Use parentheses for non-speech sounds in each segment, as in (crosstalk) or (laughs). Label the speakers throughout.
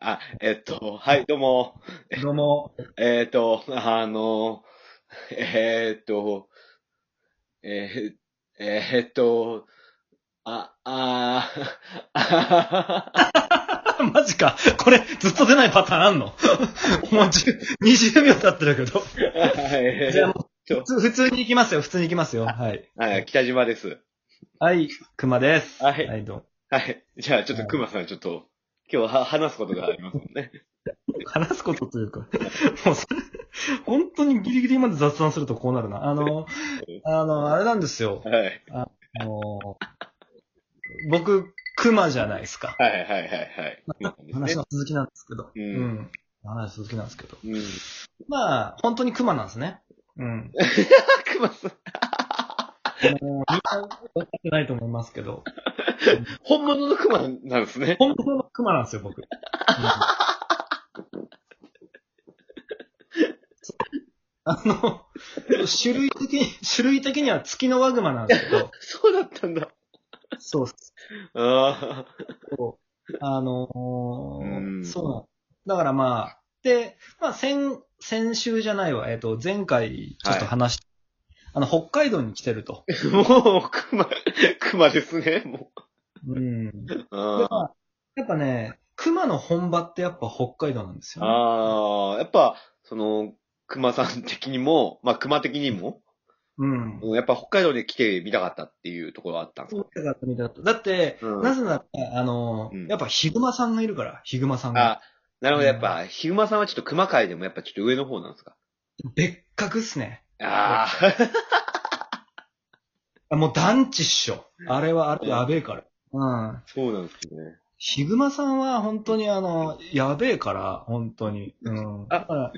Speaker 1: あ、えっと、はい、どうも。
Speaker 2: どうも。
Speaker 1: えっと、あの、えっと、えーえっと、あ、あー、あー、
Speaker 2: (laughs) マジか。これ、ずっと出ないパターンあんの (laughs) もう10 20秒経ってるけど。
Speaker 1: え
Speaker 2: じゃあ
Speaker 1: ー
Speaker 2: もう、普通普通に行きますよ、普通に行きますよ。はい。
Speaker 1: はい、北島です。
Speaker 2: はい、熊です。
Speaker 1: はい
Speaker 2: はい、ど
Speaker 1: はい。じゃあ、ちょっと熊さん、ちょっと、今日は話すことがありますもんね。
Speaker 2: うも話すことというか、もうそれ、本当にギリギリまで雑談するとこうなるな。あ (laughs) の、あの、あれなんですよ。
Speaker 1: はい。
Speaker 2: あの、僕、熊じゃないですか。
Speaker 1: はい、はい、はい、はい。熊さんで
Speaker 2: 話
Speaker 1: すね
Speaker 2: の続きなんですけど。
Speaker 1: うん
Speaker 2: ん話の続きなんですけど。
Speaker 1: うん。
Speaker 2: まあ、本当に熊なんですね。うん。
Speaker 1: あ、熊さん、
Speaker 2: もう、みんな分かってないと思いますけど、
Speaker 1: 本物の熊なんですね。
Speaker 2: 本物のクマなんですよ、僕。うんあの、種類的に、種類的には月のワグマなんですけど、
Speaker 1: そうだったんだ。
Speaker 2: そうっす。
Speaker 1: あ
Speaker 2: あのー
Speaker 1: うん
Speaker 2: そうなんだからまあ、で、まあ先、先週じゃないわ、えっ、と、前回ちょっと話し、あの、北海道に来てると。
Speaker 1: あ、もう、熊、熊ですね、もう。
Speaker 2: うん。で、ま
Speaker 1: あ
Speaker 2: (laughs) あ、やっぱね、熊の本場ってやっぱ北海道なんですよ、ね。
Speaker 1: あー、やっぱ、その、熊さん的にも、まあ、熊的にも、
Speaker 2: うん。
Speaker 1: うんやっぱ北海道に来てみたかったっていうところはあったんです
Speaker 2: そう
Speaker 1: か
Speaker 2: だったみたいだった。だって、
Speaker 1: うん
Speaker 2: なぜなら、あの、
Speaker 1: うん
Speaker 2: やっぱヒグマさんがいるから、ヒグマさんが。
Speaker 1: あ、なるほど、
Speaker 2: う
Speaker 1: や
Speaker 2: ん
Speaker 1: っぱ、ヒグマさんはちょっと熊界でもやっぱちょっと上の方なんですか
Speaker 2: 別格っすね。
Speaker 1: ああ、
Speaker 2: あもう団地っしょ。あれは、あれやべえから。うん。
Speaker 1: (laughs) そうなんですね。
Speaker 2: ヒグマさんは本当にあの、やべえから、本当に。うん。だから、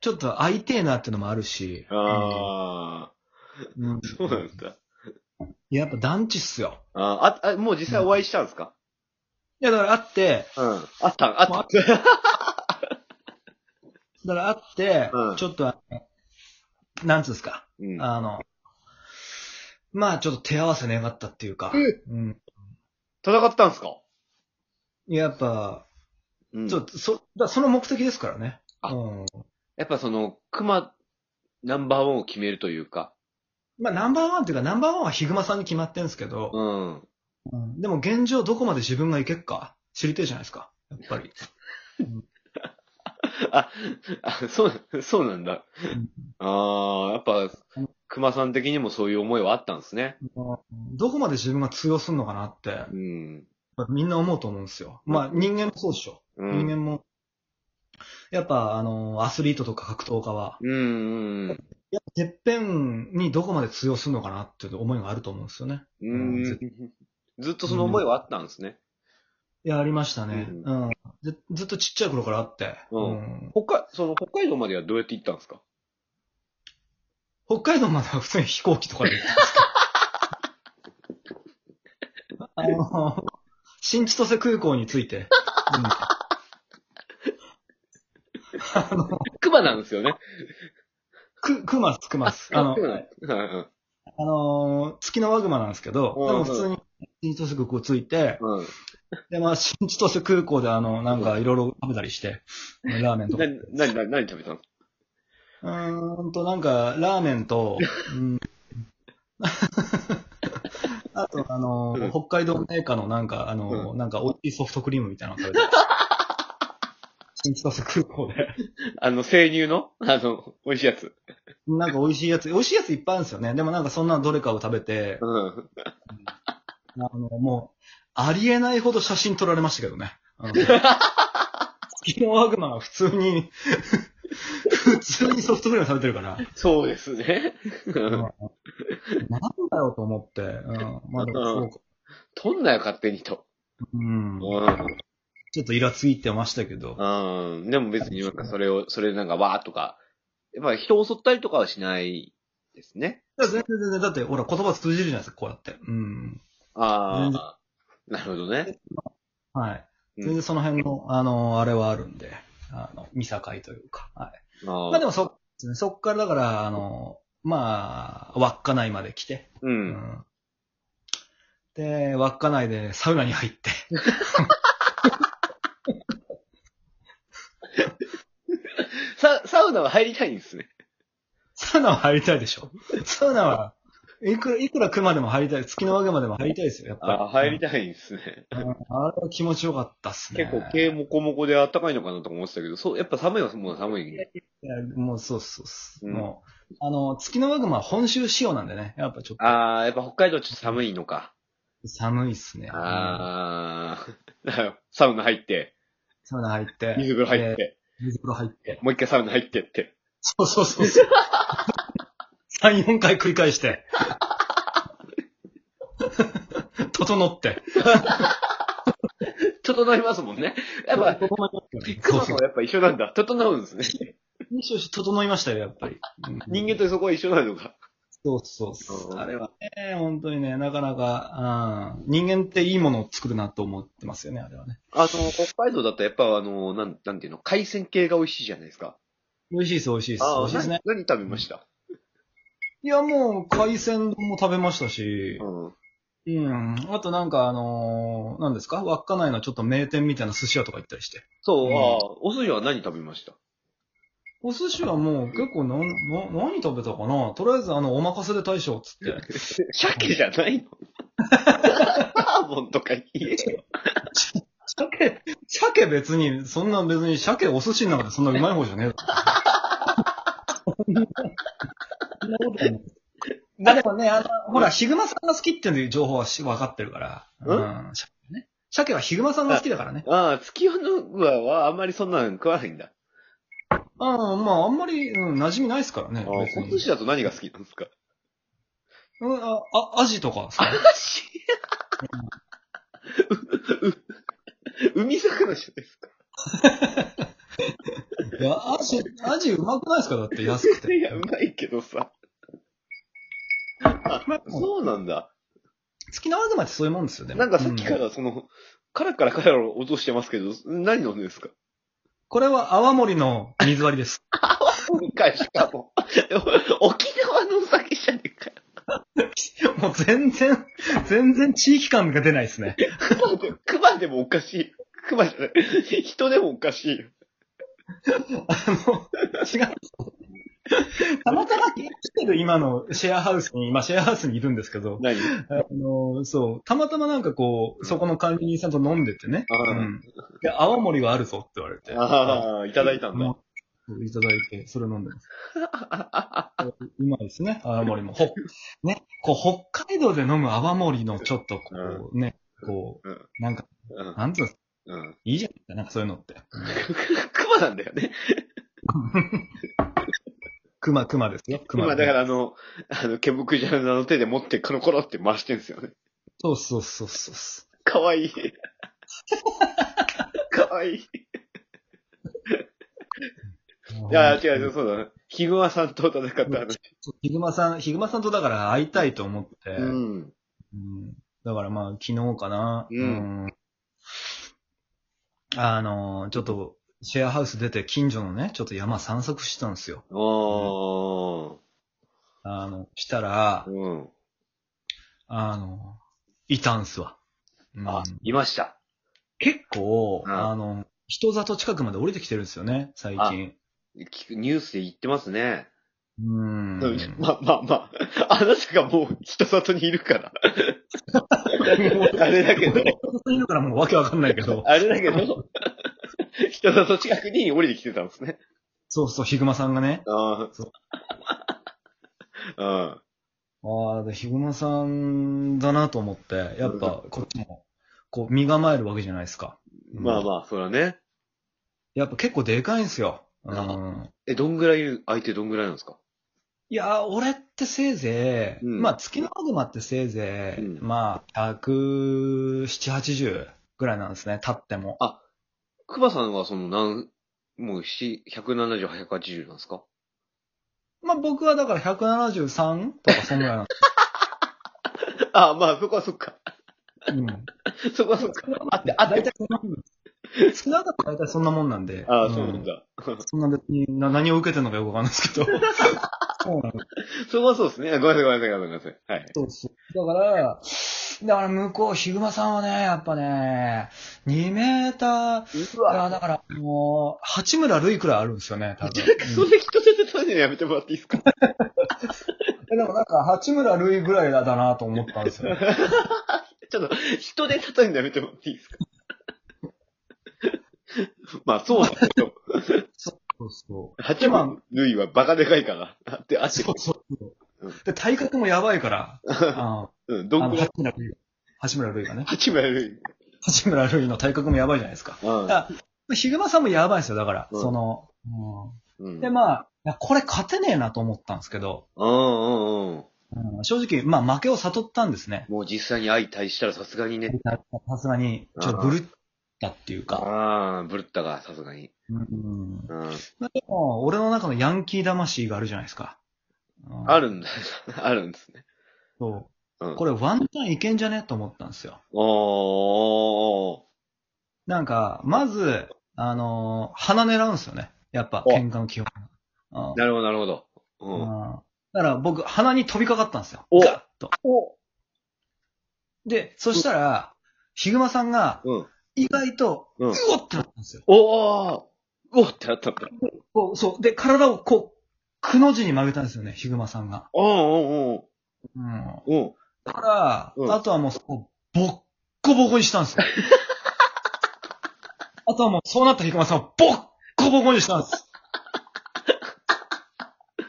Speaker 2: ちょっと会いてえなってのもあるし。
Speaker 1: ああ、
Speaker 2: うん。うん
Speaker 1: そうなんですか。
Speaker 2: やっぱ団地っすよ。
Speaker 1: あーあ、あ、もう実際お会いしたんですか
Speaker 2: いや、だから会って、
Speaker 1: うん。あった、あった。
Speaker 2: だから会って、
Speaker 1: うん
Speaker 2: ちょっとあの、なんつうんですか。
Speaker 1: うん。
Speaker 2: あの、まあちょっと手合わせ願ったっていうか、うん。
Speaker 1: 戦ったんですか
Speaker 2: やっぱ、
Speaker 1: うん
Speaker 2: ちょっと、そ、だその目的ですからね。
Speaker 1: あ
Speaker 2: うん。
Speaker 1: やっぱその、熊、ナンバーワンを決めるというか、
Speaker 2: まあナンバーワンっていうか、ナンバーワンはヒグマさんに決まってんですけど、
Speaker 1: うん。
Speaker 2: うんでも現状どこまで自分がいけっか知りてえじゃないですか。やっぱり。
Speaker 1: あ、あそう、そうなんだ。ああ、やっぱ、熊さん的にもそういう思いはあったんですね。
Speaker 2: うんどこまで自分が通用するのかなって、やっ
Speaker 1: うん。
Speaker 2: ぱみんな思うと思うんですよ。まあ人間もそうでしょ。
Speaker 1: う
Speaker 2: 人間
Speaker 1: ん。
Speaker 2: も。やっぱ、あの、アスリートとか格闘家は、
Speaker 1: うんうん
Speaker 2: やっぱてっぺんにどこまで通用するのかなっていう思いがあると思うんですよね。
Speaker 1: うん。うん。ずっとその思いはあったんですね。
Speaker 2: いや、ありましたね。
Speaker 1: う
Speaker 2: うん、ず。ずっとちっちゃい頃からあって。
Speaker 1: うん
Speaker 2: うん
Speaker 1: 北海、その北海道まではどうやって行ったんですか
Speaker 2: 北海道までは普通に飛行機とかで行って
Speaker 1: (laughs)
Speaker 2: ます。あの、新千歳空港に着いて。うん、あの、
Speaker 1: 熊なんですよね。
Speaker 2: く、くます、くます。あの、
Speaker 1: 熊なんです。うんうん
Speaker 2: あの月のワグマなんですけど、
Speaker 1: うん
Speaker 2: でも普通に新千歳空港着いて、
Speaker 1: うん。
Speaker 2: で、まあ、新千歳空港であの、なんかいろいろ食べたりして、ラーメンとか
Speaker 1: な、。な、な、何食べたの
Speaker 2: うーんと、なんか、ラーメンと、うん、 (laughs) あと、あの
Speaker 1: うん、
Speaker 2: 北海道メーカーのなんか、あの、なんか、美味しいソフトクリームみたいなの食べてた。 (laughs) 新千歳空港で。
Speaker 1: あの、生乳のあの、美味しいやつ。
Speaker 2: なんか美味しいやつ、美味しいやついっぱいあるんですよね。でもなんかそんなどれかを食べて、
Speaker 1: うん。
Speaker 2: あの、もう、ありえないほど写真撮られましたけどね。あの月のワグマが普通に、 (laughs) 普通にソフトクリーム食べてるから。
Speaker 1: そうですね。うん
Speaker 2: なんだよと思って。うん。まあでもそうか。
Speaker 1: 取んなよ、勝手にと。
Speaker 2: う
Speaker 1: う
Speaker 2: ん。
Speaker 1: ん。
Speaker 2: ちょっとイラついてましたけど。
Speaker 1: うん。でも別になんかそれを、それでなんかわーとか、やっぱり人を襲ったりとかはしないですね。
Speaker 2: 全然全然、だってほら言葉通じるじゃないですか、こうやって。うん。
Speaker 1: ああ、なるほどね。
Speaker 2: はい。
Speaker 1: うん
Speaker 2: 全然その辺の、あの、あれはあるんで、あの、見境というか。はい。
Speaker 1: あ
Speaker 2: まあ
Speaker 1: あ
Speaker 2: でもそ、そっからだから、あの、まあ、稚内まで来て。
Speaker 1: う。
Speaker 2: うんん。で、稚内でサウナに入って。
Speaker 1: ナは入りたいんですね。
Speaker 2: (laughs) サウナは入りたいでしょ。サウナは、いくら、いくら熊でも入りたい、月のワグマでも入りたいですよ、やっぱり。
Speaker 1: あ入りたいんですね。
Speaker 2: うんあれは気持ちよかったっすね。
Speaker 1: 結構毛もこもこで暖かいのかなとか思ってたけど、そう、やっぱ寒いはもう寒い。
Speaker 2: いやもうそうそうそう、
Speaker 1: うん
Speaker 2: もう、あの、月のワグマは本州仕様なんでね、やっぱちょっ
Speaker 1: ああ、やっぱ北海道ちょっと寒いのか。
Speaker 2: と寒いっすね。
Speaker 1: ああ、だから (laughs) サウナ入って、
Speaker 2: サウナ入って。
Speaker 1: 水風呂入っ
Speaker 2: で。
Speaker 1: て、
Speaker 2: 水風呂入って。
Speaker 1: もう一回サウナ入ってって。
Speaker 2: そうそうそうそう。3、4回繰り返して。 (laughs) 整って。
Speaker 1: 整いますもんね。やっぱ、
Speaker 2: 整いました
Speaker 1: ビ
Speaker 2: よ
Speaker 1: ッグマン
Speaker 2: そう
Speaker 1: はやっぱ一緒なんだ。整うんですね。
Speaker 2: そう整いましたよ、やっぱり。うん
Speaker 1: 人間とそこは一緒なのか。
Speaker 2: そうそうそうう。
Speaker 1: ん
Speaker 2: あれはね、本当にね、なかなか、うん、人間っていいものを作るなと思ってますよね、あれはね。
Speaker 1: あの、北海道だとやっぱあの、なん、なんていうの、海鮮系が美味しいじゃないですか。
Speaker 2: 美味しいです、美味しいです。
Speaker 1: あ
Speaker 2: 美
Speaker 1: あ、
Speaker 2: 味しいですね。
Speaker 1: 何食べました
Speaker 2: いや、もう、海鮮丼も食べましたし、
Speaker 1: うん。
Speaker 2: うん。あとなんか、あのー、何ですか稚内のちょっと名店みたいな寿司屋とか行ったりして。
Speaker 1: そう、
Speaker 2: うん
Speaker 1: ああ、お寿司は何食べました
Speaker 2: お寿司はもう結構な、な、何食べたかなとりあえずあの、お任せで大将っつって。
Speaker 1: 鮭じゃないのサーモンとか言えよ。
Speaker 2: 鮭、鮭別に、そんな別に鮭お寿司の中でそんなうまい方じゃねえだろ。そんなことないま (laughs) あでもね、あの、ほら、ヒグマさんが好きっていう情報はし分かってるから。うん。鮭ね鮭はヒグマさんが好きだからね。
Speaker 1: ああ、月夜のははあんまりそんなの食わないんだ。
Speaker 2: うん、まああんまり、うん、馴染みないですからね。
Speaker 1: ああお
Speaker 2: 別に
Speaker 1: 寿司だと何が好きなんですか
Speaker 2: うん、あ、あアジとかさ。
Speaker 1: 司海魚じゃないですか。
Speaker 2: いや、アジ、アジうまくないですかだって安く
Speaker 1: (laughs)
Speaker 2: て。
Speaker 1: いや、うまいけどさ。あ
Speaker 2: まあ
Speaker 1: そうなんだ。
Speaker 2: 月の悪魔ってそういうもんですよね。
Speaker 1: なんかさっきからその、カラカラカラカラ音してますけど、何飲んでるんですか
Speaker 2: これは泡盛の水割りです。 (laughs)
Speaker 1: 今回しか (laughs) も。沖縄のお酒じゃねえかよ。
Speaker 2: もう全然、全然地域感が出ないです
Speaker 1: (laughs)
Speaker 2: ね。
Speaker 1: 熊で熊でもおかしい。熊じゃない。人でもおかしいよ。
Speaker 2: あの、違う。たまたま生きてる今のシェアハウスに、今シェアハウスにいるんですけど、
Speaker 1: 何
Speaker 2: あの、そう、たまたまなんかこう、そこの管理人さんと飲んでてね、
Speaker 1: あー
Speaker 2: うん。で、泡盛があるぞって言われて。
Speaker 1: ああ、いただいたんだ。
Speaker 2: うんそういただいて、それ飲んでます。うまいですね、泡盛も。ほ、ね、こう、北海道で飲む泡盛のちょっとこう、ね、こ
Speaker 1: うん
Speaker 2: う、なんか、
Speaker 1: うん。
Speaker 2: なんつうの、
Speaker 1: うん。
Speaker 2: いいじゃないですか、なんかそういうのって。
Speaker 1: 熊なんだよね。
Speaker 2: 熊、熊ですよ。熊。
Speaker 1: 熊だからあの、あの、毛むくじゃらの手で持って、コロコロって回してんですよね。
Speaker 2: そうそうそうそうそ。
Speaker 1: (laughs) かわいい。かわいい。いうや、違う違う、そうだな。ヒグマさんと戦った話。
Speaker 2: そうヒグマさん、ヒグマさんとだから会いたいと思って。
Speaker 1: う
Speaker 2: うん
Speaker 1: ん。
Speaker 2: だからまあ、昨日かな。
Speaker 1: うん
Speaker 2: うんあの、ちょっと、シェアハウス出て近所のね、ちょっと山散策してたんですよ。
Speaker 1: おー。
Speaker 2: あの、したら、
Speaker 1: うん。
Speaker 2: あの、いたんすわ。うん
Speaker 1: あ、いました。
Speaker 2: 結構、
Speaker 1: うん
Speaker 2: あの、人里近くまで降りてきてるんですよね、最近。
Speaker 1: 聞くニュースで言ってますね。
Speaker 2: うん。
Speaker 1: (laughs) まあまあまあ。あなたがもう人里にいる (laughs) から。あれだけ (laughs) ど、
Speaker 2: いるからもうわけわかんない
Speaker 1: (laughs)
Speaker 2: けど。
Speaker 1: あれだけど、人里近くに降りてきてたんですね。
Speaker 2: そうそう、ヒグマさんがね。
Speaker 1: あ
Speaker 2: そう
Speaker 1: (laughs) あ。
Speaker 2: ああ、でヒグマさんだなと思って、やっぱこっちも、こう、身構えるわけじゃないですか。
Speaker 1: うん。まあ
Speaker 2: あ。
Speaker 1: まあ、そらね。
Speaker 2: やっぱ結構でかいんすよ。う
Speaker 1: あ
Speaker 2: ん。
Speaker 1: え、どんぐらいいる、相手どんぐらいなんですか
Speaker 2: いやー、俺ってせいぜい、
Speaker 1: うん
Speaker 2: まあ、月のアグマってせいぜい、
Speaker 1: うん
Speaker 2: まあ、107、80ぐらいなんですね、立っても。
Speaker 1: 熊さんはその、なん、もう、1 170、180なんですか
Speaker 2: まあ、僕はだから173とかそんぐらいなんです。
Speaker 1: ああ、まあ、そこはそっか。
Speaker 2: うん。
Speaker 1: そこはそっか。あって、あ
Speaker 2: あ、
Speaker 1: って
Speaker 2: 大体そんなもんです。少なかったら大体そんなもんなんで。
Speaker 1: ああ、そうなんだ。
Speaker 2: そんな別にな何を受けてるのかよくわかんないです (laughs) けど。そうなんだ。
Speaker 1: そこはそうですね。あごめんなさい、ごめんなさい、ごめんなさい。はい。
Speaker 2: そうそう。だから、だから向こう、ヒグマさんはね、やっぱね、2メーター、
Speaker 1: う
Speaker 2: いやだからもう、八村塁くらいあるんですよね、多分。
Speaker 1: そんな人出てたのやめてもらっていいですか
Speaker 2: うんでもなんか、八村塁ぐらいだなと思ったんですよ。
Speaker 1: ちょっと、人で例えるのやめてもらっていいです (laughs) かまあ、そうだけど、
Speaker 2: そうそう。
Speaker 1: 八幡ルイはバカでかいから。だって、足
Speaker 2: そうそう
Speaker 1: うん
Speaker 2: で、体格もやばい (laughs) から、あ
Speaker 1: うん、
Speaker 2: の
Speaker 1: ど
Speaker 2: あ
Speaker 1: ん
Speaker 2: の
Speaker 1: くらい
Speaker 2: 八村塁。八村塁がね。
Speaker 1: 八幡ルイ。
Speaker 2: 八村塁の体格もやばいじゃないですか。
Speaker 1: うん
Speaker 2: だヒグマさんもやばいんですよ、だから。
Speaker 1: うん
Speaker 2: その、
Speaker 1: う。
Speaker 2: うんんで、まあ、いやこれ勝てねえなと思ったんですけど、
Speaker 1: うんうんうん。
Speaker 2: うん正直、まあ負けを悟ったんですね。
Speaker 1: もう実際に相対したらさすがにね。
Speaker 2: さすがに、ちょっとブルったっていうか。
Speaker 1: ああ、ブルッタがさすがに。
Speaker 2: うん
Speaker 1: うん。
Speaker 2: まあでも、俺の中のヤンキー魂があるじゃないですか。うん
Speaker 1: あるんだ。 (laughs) あるんですね。
Speaker 2: そうう。
Speaker 1: ん。
Speaker 2: これワンチャンいけんじゃねと思ったんですよ。
Speaker 1: おー。
Speaker 2: なんか、まず、あのー鼻狙うんですよね。やっぱ、
Speaker 1: お
Speaker 2: 喧嘩の基本。うん
Speaker 1: なるほど、なるほど。う
Speaker 2: うん
Speaker 1: ん。
Speaker 2: だから僕、鼻に飛びかかったんですよ。
Speaker 1: お
Speaker 2: ガッと。
Speaker 1: お
Speaker 2: で、そしたら、ヒグマさんが、
Speaker 1: うん。
Speaker 2: 意外と、
Speaker 1: う
Speaker 2: うんおってなったんですよ。
Speaker 1: おーうおってなったんだ。
Speaker 2: こうそう。で、体をこう、くの字に曲げたんですよね、ヒグマさんが。
Speaker 1: おー
Speaker 2: うん。
Speaker 1: おーおーうん。
Speaker 2: だから、
Speaker 1: うん
Speaker 2: あとはもうそこ、ボッコボコにしたんです
Speaker 1: (laughs)
Speaker 2: よ。あとはもう、そうなったヒグマさんをボッコボコにしたんです。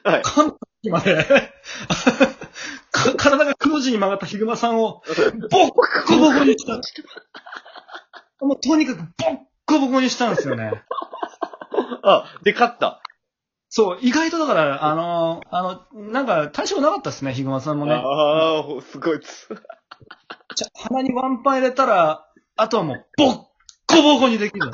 Speaker 1: はい
Speaker 2: 関東まで、 (laughs) か体がくの字に曲がったヒグマさ
Speaker 1: (laughs)
Speaker 2: んを、ボッコボコにした。もうとにかくボッコボコにしたんですよね。
Speaker 1: あ、で、勝った。
Speaker 2: そう、意外とだから、あのーあの、なんか、対象なかったですね、ヒグマさんもね。
Speaker 1: ああ、すごいっす。
Speaker 2: ちゃ鼻にワンパン入れたら、あとはもう、ボッコボコにできる。